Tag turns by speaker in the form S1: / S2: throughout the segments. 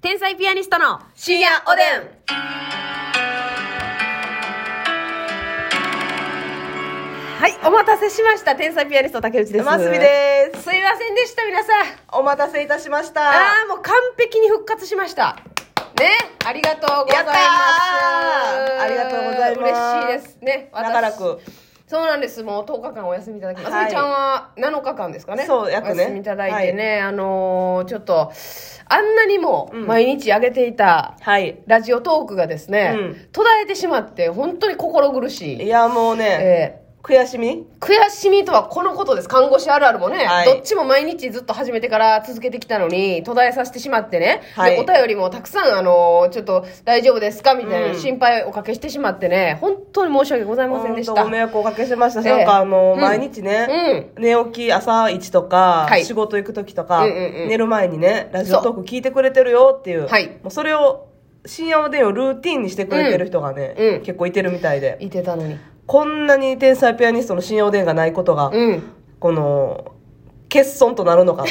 S1: 天才ピアニストの深夜おでんはい、お待たせしました。天才ピアニスト竹内です。。
S2: マスミです
S1: すいませんでした、皆さん。
S2: お待たせいたしました。
S1: ああ、もう完璧に復活しました。ね、ありがとうございます。
S2: ありがとうございます
S1: 嬉しいですね。私
S2: 長らく。
S1: そうなんです。もう10日間お休みいただきます。
S2: はい
S1: あすみちゃんは7日間ですかね。
S2: そう約ね
S1: お休みいただいてね、あのーちょっと、あんなにも毎日上げていた、
S2: はい。
S1: ラジオトークがですね、
S2: うん
S1: 途絶えてしまって、本当に心苦しい。
S2: いや、もうね、
S1: えー
S2: 悔しみ
S1: 悔しみとはこのことです看護師あるあるもね、
S2: はい
S1: どっちも毎日ずっと始めてから続けてきたのに途絶えさせてしまってね、
S2: はい
S1: でお便りもたくさん、あのちょっと大丈夫ですかみたいな
S2: うん
S1: 心配をおかけしてしまってね本当に申し訳ございませんでした
S2: 本当ご迷惑をおかけしましたし、
S1: ええ
S2: なんかあの、
S1: うん
S2: 毎日ね、寝起き朝一とか、
S1: はい
S2: 仕事行く時とか、
S1: うんうんうん
S2: 寝る前にね、ラジオトーク聞いてくれてるよっていう、
S1: はい
S2: もうそれを、深夜おでんをルーティンにしてくれてる人がね、
S1: うんうん
S2: 結構いてるみたいで、
S1: いてたのに
S2: こんなに天才ピアニストの深夜おでんがないことが、
S1: うん
S2: この、欠損となる のか。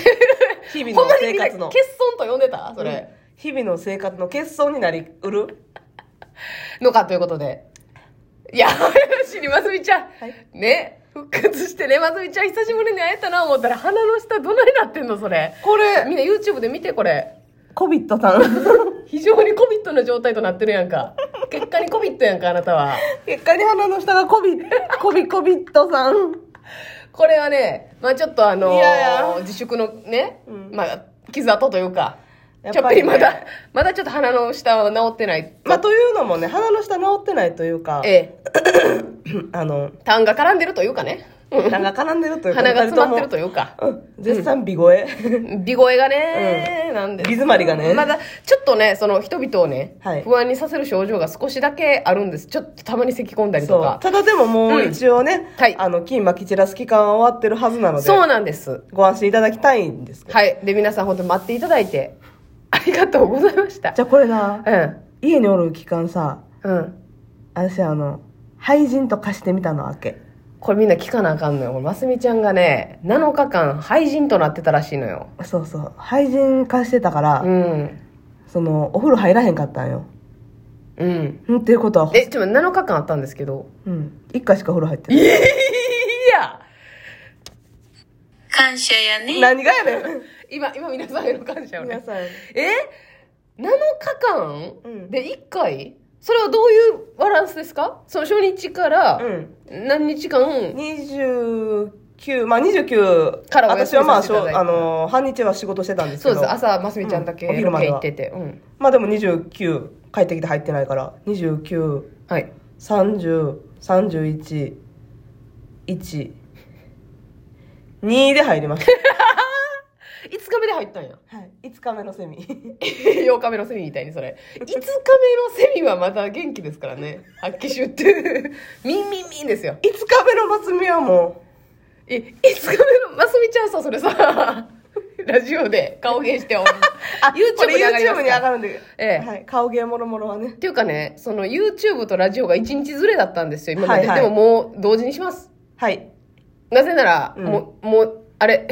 S2: 日々
S1: ほん
S2: の
S1: まに
S2: 生
S1: みんな欠
S2: 活
S1: 損
S2: の。
S1: と呼んでたそれ、
S2: 日々の生活の欠損になりうる
S1: のかということでいやしにまつみちゃん、
S2: い
S1: ね復活してねまつみちゃん久しぶりに会えたな思ったら鼻の下どないなってんのそれ
S2: これ、
S1: みんな YouTube で見てこれ
S2: コビットさん。
S1: 非常にコビットの状態となってるやんか結果にコビットやんかあなたは
S2: 結果に鼻の下が コビ、コビコビットさん。
S1: これはねまあちょっとあのー
S2: いやいや
S1: 自粛のね、
S2: うん
S1: まあ傷跡というか、
S2: やっぱりね
S1: ちょっぴりまだまだちょっと鼻の下は治ってない
S2: まあ、というのもね、鼻の下治ってないというか、
S1: ええ
S2: あの、
S1: 痰が絡んでるというかね
S2: 鼻が絡んでるというか、
S1: 鼻が詰まってる
S2: 二人
S1: というか
S2: ともうん、絶賛美声。
S1: 美声がね、なんで
S2: 鼻詰まりがね
S1: まだちょっとねその人々をね、
S2: はい
S1: 不安にさせる症状が少しだけあるんですちょっとたまに咳き込んだりと
S2: そう
S1: か。
S2: ただでももう一応ね、
S1: はい
S2: あの、金まき散らす期間は終わってるはずなので、
S1: そうなんです
S2: ご安心いただきたいんですけど。
S1: はい。で、皆さん本当に待っていただいて、ありがとうございました。
S2: じゃあこれな、
S1: うん。
S2: 家におる期間さ、
S1: うん。
S2: 私あの、廃人と化してみたのわけ。
S1: これみんな聞かなあかんのよ。これ、ますみちゃんがね、7日間廃人となってたらしいのよ。
S2: そうそう。廃人化してたから、
S1: うん。
S2: その、お風呂入らへんかったんよ。
S1: うん。
S2: んっていうことは、
S1: え、ちょっと待って7日間あったんですけど。
S2: うん。一回しかお風呂入って
S1: い
S2: ない。
S1: や
S3: 感謝やね。
S2: 何がやねん。
S1: 今、今皆さんへの感謝を
S2: 皆
S1: ね。
S2: さん。
S1: え ?7 日
S2: う
S1: 間
S2: ん
S1: で1回それはどういうバランスですかその初日から
S2: うん。
S1: 何日間
S2: 29、まあ29、
S1: からお休み
S2: 私はまあ、
S1: させ
S2: して
S1: いただい
S2: ょ
S1: て
S2: あのー、半日は仕事してたんです
S1: そ
S2: け
S1: う
S2: ど。
S1: です。朝、ますみちゃんだけ
S2: うんお昼
S1: ロ
S2: ま
S1: ケ
S2: で
S1: 行
S2: は
S1: ってて。うん。
S2: まあでも29、帰ってきて入ってないから、29、
S1: はい。
S2: 30、31、1、2で入りまし
S1: 5日目で入ったんや。
S2: た。はい。5日目のセミ。
S1: 8日目のセミみたいにそれ。5日目のセミはまた元気ですからね。発揮集って。 ミンミンミンですよ。
S2: 5日目の松見はも
S1: え、5日目の、ますみちゃんさ、それさ、 ラジオで顔芸して、ほん ま
S2: う、あ、こ
S1: YouTube
S2: れ
S1: に上がりま
S2: YouTube
S1: す
S2: に上
S1: か
S2: がるんで、
S1: ええ
S2: はい、顔芸もろもろはね
S1: っ。ていうかね、その YouTube とラジオが1日ずれだったんですよ、今まで。
S2: はいはい
S1: でももう同時にします。
S2: はい。
S1: なぜなら、
S2: うん
S1: もう、もう、あれ、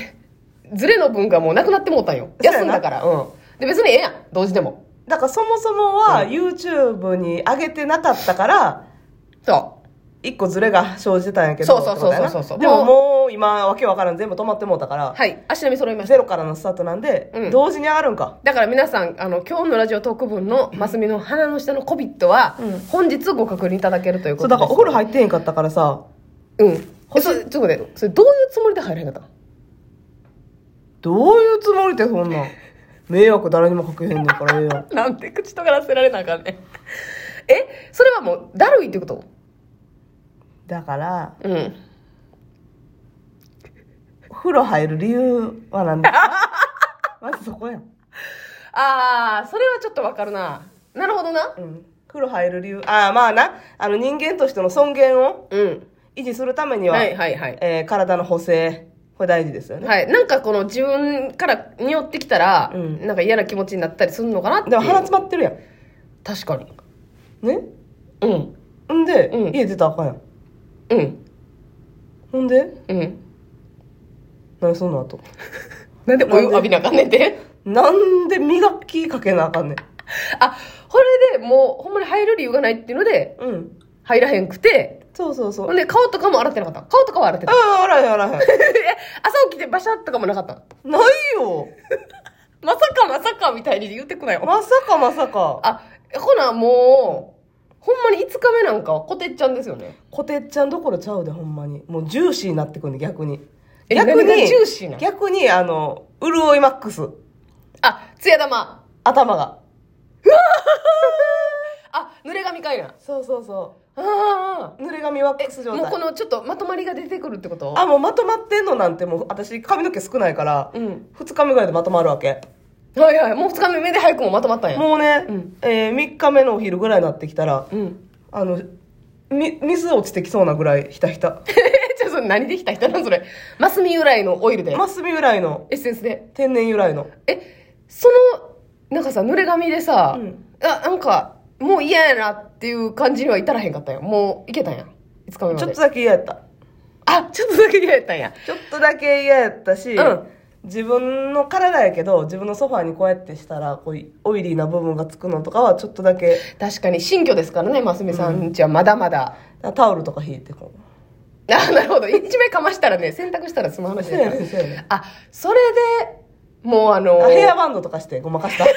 S1: ずれの分がもうなくなってもうたんよ。
S2: そうやな
S1: 休んだから。うん。で、別にええやん、同時でも。
S2: だからそもそもは YouTube に上げてなかったから、
S1: そ
S2: 一個ズレが生じてたんやけど。
S1: そうそうそうそうそう
S2: ってことやなでももう今、わけわからん全部止まってもうたから
S1: う。、はい。足並み揃いました
S2: ゼ。ロからのスタートなんで、
S1: うん
S2: 同時に上がるんか。
S1: だから皆さんあの今日のラジオ特分のマスミの鼻の下のコビットは、
S2: うん
S1: 本日ご確認いただけるという
S2: そ
S1: こと
S2: う、だ
S1: で
S2: から
S1: す
S2: お風呂入ってへんかったからさ、
S1: うんえそれちょっと待ってそれどういうつもりで入らへんかったの
S2: どういうつもりってそんなん。迷惑誰にもかけへんねんからええやん。
S1: なんで口とがらせられなあかんねんえそれはもうだるいってこと
S2: だから、
S1: うん
S2: お風呂入る理由は何ですか まずそこやん。
S1: ああそれはちょっとわかるななるほどな
S2: うん。風呂入る理由。ああ、まあな、あの人間としての尊厳を
S1: うん
S2: 維持するためには、
S1: はいはいはい
S2: えー体の補正、これ大事ですよね。
S1: はいなんかこの自分から匂ってきたら、
S2: うん
S1: なんか嫌な気持ちになったりするのかなってい
S2: でも
S1: う
S2: 鼻詰まってるやん。
S1: 確かに
S2: ね
S1: うん
S2: んで、
S1: うん
S2: 家出たらあかんやん。
S1: うん
S2: ほんで、
S1: うん
S2: 何すんのあと。
S1: なんでお湯浴びなあかんねんて
S2: なんで磨きかけなあかんねん。
S1: あ、これでもう、ほんまに入る理由がないっていうので、
S2: うん。
S1: 入らへんくて、
S2: そうそうそう。
S1: ほ
S2: うんん、
S1: で、顔とかも洗ってなかった。顔とかは洗ってた。
S2: あらへんあらへん。
S1: え、朝起きてバシャッとかもなかった。
S2: ないよ。
S1: まさかまさかみたいに言ってくなよ。
S2: まさかまさか。
S1: あ、ほな、もう、ほんまに5日目なんかはこてっちゃんですよね。
S2: こてっちゃんどころちゃうで、ほんまに。もうジューシーになってくんで、逆に。
S1: え
S2: 逆
S1: 何が
S2: に、
S1: ジューシーなの
S2: 逆に、あの、潤いマックス。
S1: あ、つや玉。
S2: 頭が。
S1: あ、濡れ髪かいな。
S2: そうそうそ
S1: ああ。
S2: う。濡れ髪ワックス状
S1: もうこ
S2: 態。
S1: のちょっとまとまりが出てくるってこと
S2: あ、もうまとまってんのなんてもう、私髪の毛少ないから、
S1: うん。
S2: 2日目ぐらいでまとまるわけ。
S1: はいはい。もう2日目目で早くもまとまったんや。
S2: もうね、
S1: うん
S2: え3日目のお昼ぐらいになってきたら、
S1: うん。
S2: あの、み、水落ちてきそうなぐらいひたひた。
S1: え、ちょっとそれ何できた人なんそれ。マスミ由来のオイルで。
S2: マスミ由来の、
S1: エッセンスで。
S2: 天然由来の。
S1: え、その、なんかさ、濡れ髪でさ、
S2: うん
S1: あ、なんか、もう嫌やなっていう感じには至らへんかったんや。もういけたんや。5日目まで。
S2: ちょっとだけ嫌やった。
S1: あ、ちょっとだけ嫌やったんや。
S2: ちょっとだけ嫌やったし、
S1: うん
S2: 自分の体やけど、自分のソファーにこうやってしたら、こうい、オイリーな部分がつくのとかはちょっとだけ、
S1: 確かに新居ですからね、ますみさんちはまだまだ。
S2: タオルとか引いてこう。
S1: あ、なるほど。一枚かましたらね、洗濯したらその話
S2: そう
S1: だ
S2: や
S1: から
S2: ねん、そうやねん。
S1: あ、それで、もうあの
S2: あヘアバンドとかしてごまかした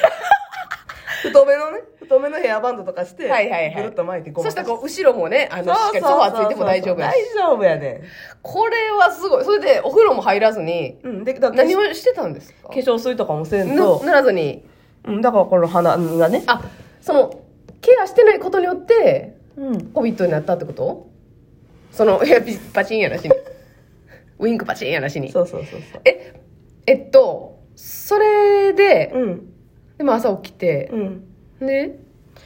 S2: 太めのね太めのヘアバンドとかして
S1: はいはいはい。
S2: ぐるっと巻いてご
S1: そ
S2: ま
S1: し
S2: か
S1: たら
S2: した
S1: こう、後ろもね、あの、しっかりソファーついても大丈夫や
S2: 大
S1: し。
S2: 丈夫やね
S1: これはすごい。それで、お風呂も入らずに、
S2: うんでだから
S1: 何
S2: 化
S1: をしてたんですか
S2: 粧水とかもせん
S1: ぬ
S2: と
S1: 塗らずに。
S2: うんだからこの鼻がね
S1: あ、その、ケアしてないことによって、
S2: うん
S1: コビットになったってことその、いや、ピパチンやなし に。ウィンクパチンやなしに。
S2: そうそうそうそう
S1: ええっとそれで、
S2: うん
S1: でも朝起きて
S2: う、ん
S1: で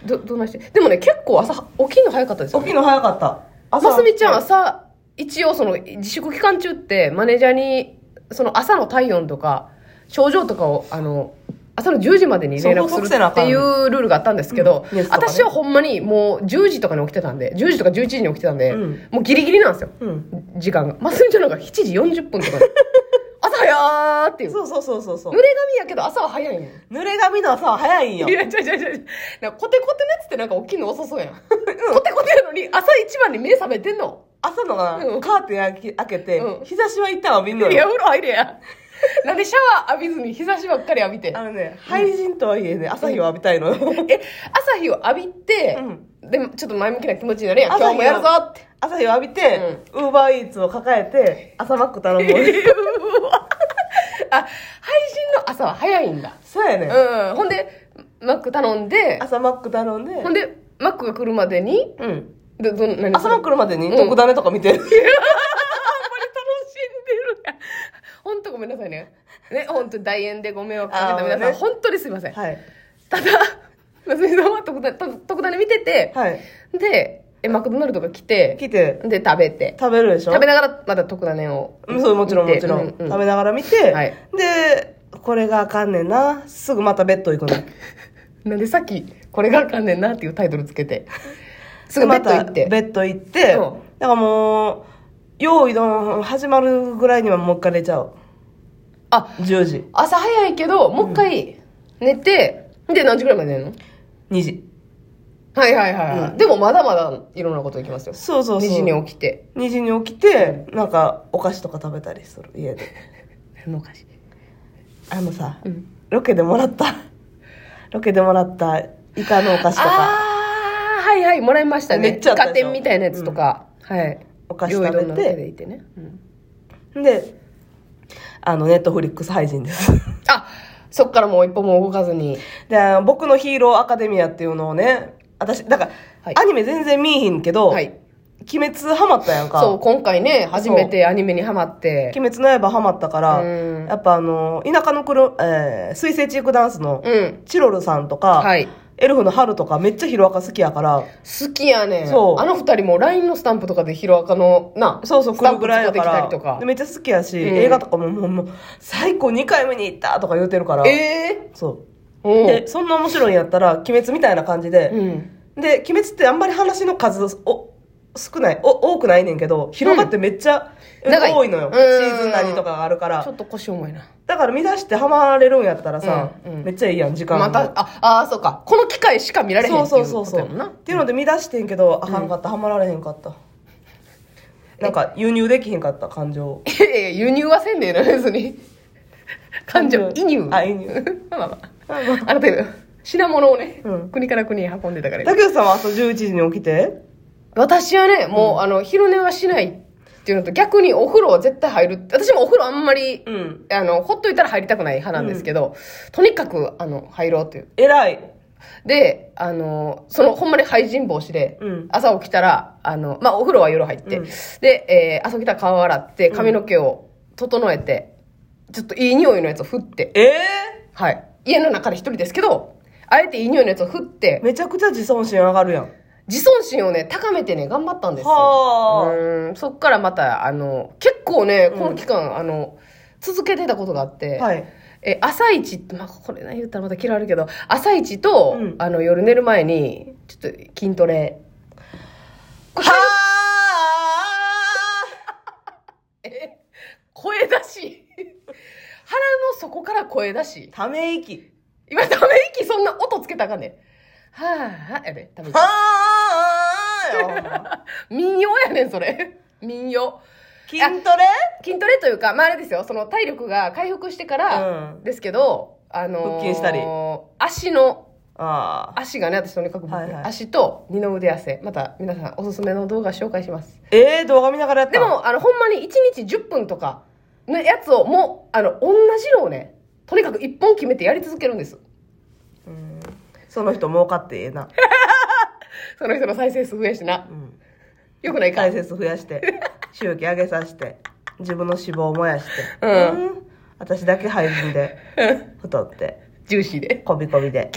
S1: どどんなしてでもね結構朝起きるの早かったです
S2: 起
S1: よ、
S2: き
S1: ね、
S2: るの早かった
S1: ますみちゃん
S2: は
S1: 朝一応その自粛期間中ってマネージャーにその朝の体温とか症状とかをあの朝の10時までに連絡
S2: そう
S1: す
S2: 報
S1: る
S2: 告せなあ
S1: っ
S2: かん
S1: てい
S2: ね
S1: うルールがあったんですけど、
S2: うんニュースとかね
S1: 私はほんまにもう10時とかに起きてたんで10時とか11時に起きてたんで、
S2: うん
S1: もうギリギリなんですよ
S2: うん
S1: 時間がますみちゃんなんか7時40分と かで朝早ーっていう
S2: そうそうそうそうそ
S1: 濡
S2: う
S1: れ髪やけど朝は早いね
S2: 濡れ髪の朝は早いんよ
S1: いや、違う違う違う。なんかコテコテのやつってなんか大きいの遅そうやん。コテコテやのに朝一番に目覚めてんの。
S2: 朝のが
S1: うん
S2: カーテン開き開けて
S1: うん
S2: 日差しは一旦は見んの
S1: いや、
S2: よ
S1: 風呂入れ や。なんでシャワー浴びずに日差しばっかり浴びて
S2: あ。のね廃人とはいえね朝日を浴びたいのよ
S1: え、朝日を浴びて、でもちょっと前向きな気持ちになるやん。今日もやるぞって。
S2: 朝日を浴びて、ウーバーイーツを抱 えて、朝マック頼むわ。
S1: あ、配信の朝は早いんだ。
S2: そうやね、ん。
S1: うん。ほんで、マック頼んで、
S2: 朝マック頼んで、
S1: ほんで、マックが来るまでに、
S2: うん。
S1: ど、ど、何
S2: 朝マック来るまでに
S1: うん
S2: 特ダネとか見て、
S1: あんまり楽しんでるやん。ほんとごめんなさいね。ね、ほんと大円でご迷惑かけた皆
S2: あー
S1: さん、
S2: ね
S1: ほんとにすいません。
S2: はい。
S1: ただ、夏美さんは特段、特特段で見てて、
S2: はい。
S1: で、え、マクドナルドが来て、
S2: 来て、
S1: で、食べて、
S2: 食べるでしょ
S1: 食べながらまだ特段ねを。
S2: うんそう、もちろん
S1: 見
S2: も
S1: て
S2: ちろ
S1: う
S2: ん。
S1: う
S2: 食べながら見て、
S1: はい
S2: で、これがあかんねんな。すぐまたベッド行くの。
S1: なんでさっき、これがあかんねんなっていうタイトルつけ て、すぐベッド行っ
S2: また
S1: て。
S2: ベッド行って、
S1: うん
S2: だからもう、用意の始まるぐらいにはもう一回寝ちゃう。
S1: あ、
S2: 10時、
S1: 朝早いけど、もう一回寝て、で、何時ぐらいまで寝るの
S2: 2時。
S1: はいはいはいはい。
S2: うん
S1: でもまだまだいろんなことできますよ。
S2: そうそうそう。
S1: 2時に起きて。
S2: 2時に起きて、なんかお菓子とか食べたりする家で
S1: のかし
S2: あのさ、
S1: うん
S2: ロケでもらった ロケでもらったイカのお菓子とか
S1: ああはいはいもらいましたね
S2: めっちゃあったでしょ
S1: イカ天みたいなやつとか、はい
S2: お菓子食べて
S1: 料理どんな手でいてね、うん
S2: であのネットフリックス配信です
S1: あそっからもう一歩も動かずに
S2: であの僕のヒーローアカデミアっていうのをね私だから、
S1: はい
S2: アニメ全然見えひんけど、
S1: はい
S2: 鬼滅ハマったやんか
S1: そう今回ね初めてアニメにハマって
S2: 鬼滅の刃ハマったから、
S1: うん
S2: やっぱあの田舎の黒、えー、水星チークダンスの
S1: うん
S2: チロルさんとか、
S1: はい
S2: エルフの春とかめっちゃヒロアカ好きやから
S1: 好きやねん
S2: そう
S1: あの二人も LINE のスタンプとかでヒロアカのな
S2: そうそう、
S1: ス
S2: 来
S1: タン
S2: る
S1: プ
S2: ぐら
S1: 使
S2: いや
S1: ってき
S2: か
S1: たり
S2: ら
S1: とか。
S2: でめっちゃ好きやし、
S1: ん
S2: 映画とかももう、もう、最高2回目に行ったとか言うてるから。
S1: え
S2: そ
S1: えー、
S2: う。
S1: うん
S2: で、そんな面白いんやったら、鬼滅みたいな感じで、
S1: うん
S2: で、鬼滅ってあんまり話の数を、少ないお多くないねんけど広がってめっちゃ、
S1: うん長い
S2: 多いのよ、
S1: うん
S2: シーズン何とかがあるから
S1: ちょっと腰重いな。
S2: だから見出してハマれるんやったらさ、
S1: うんうん
S2: めっちゃいいやん時間も
S1: また、あ、あー、そうか。この機会しか見られへん
S2: そ
S1: っ
S2: う
S1: てい
S2: そううそ
S1: こ
S2: う
S1: とや
S2: そう
S1: もんな。
S2: っていうので見出してんけどあかんかった、ハマられへんかったなんか輸入できへんかった感情を
S1: いやいや、輸入はせんでええな、別 に。感情、移入。
S2: あ輸入
S1: まあまあまあ。あの程度、品物をね、
S2: うん
S1: 国から国へ運んでたから。
S2: 竹内さんは朝11時に起きて
S1: 私はね、もう、あの、昼寝はしないっていうのと、逆にお風呂は絶対入る。私もお風呂あんまり、
S2: うん
S1: あの、ほっといたら入りたくない派なんですけど、とにかく、あの、入ろうっていう。
S2: 偉い
S1: で、あの、その、ほんまに廃人防止で、
S2: うん
S1: 朝起きたら、あの、まあ、お風呂は夜入って、
S2: うん
S1: で、えー朝起きたら顔洗って、髪の毛を整えて、ちょっといい匂いのやつを振って、
S2: ええ
S1: はい。家の中で一人ですけど、あえていい匂いのやつを振って、
S2: めちゃくちゃ自尊心上がるやん
S1: 自尊心をね、高めてね、頑張ったんですよ。
S2: はあ
S1: うん、そっからまた、あの、結構ね、この期間、あの、続けてたことがあって、
S2: はい
S1: え、朝一って、まあ、これな言ったらまた嫌われるけど、朝一と、
S2: うん
S1: あの、夜寝る前に、ちょっと筋トレ。これ
S2: はあ
S1: え声出し。 腹の底から声出し。
S2: ため息
S1: 今、ため息、そんな音つけたらあかんねん。はぁ、はぁ、やで、ため息
S2: は。あ
S1: 民謡やねん、それ。民謡。
S2: 筋トレ
S1: 筋トレというか、まあ、あれですよ、その体力が回復してから
S2: うん
S1: ですけど、あのー
S2: 腹筋したり
S1: 足の、
S2: ああ
S1: 足がね、私とにかく僕、
S2: はいはい
S1: 足と二の腕痩せ。また皆さんおすすめの動画紹介します。
S2: ええ動画見ながらやった
S1: でも、あの、ほんまに1日10分とかのやつをもう、あの、同じのをね、とにかく1本決めてやり続けるんです。
S2: うんその人儲かってええな、
S1: その人の再生数増やしてな
S2: う。ん、
S1: よくないか
S2: 解。説増やして周期上げさせて自分の脂肪を燃やして、
S1: うん
S2: うん私だけ配分で太って
S1: ジューシーで。
S2: こびこびで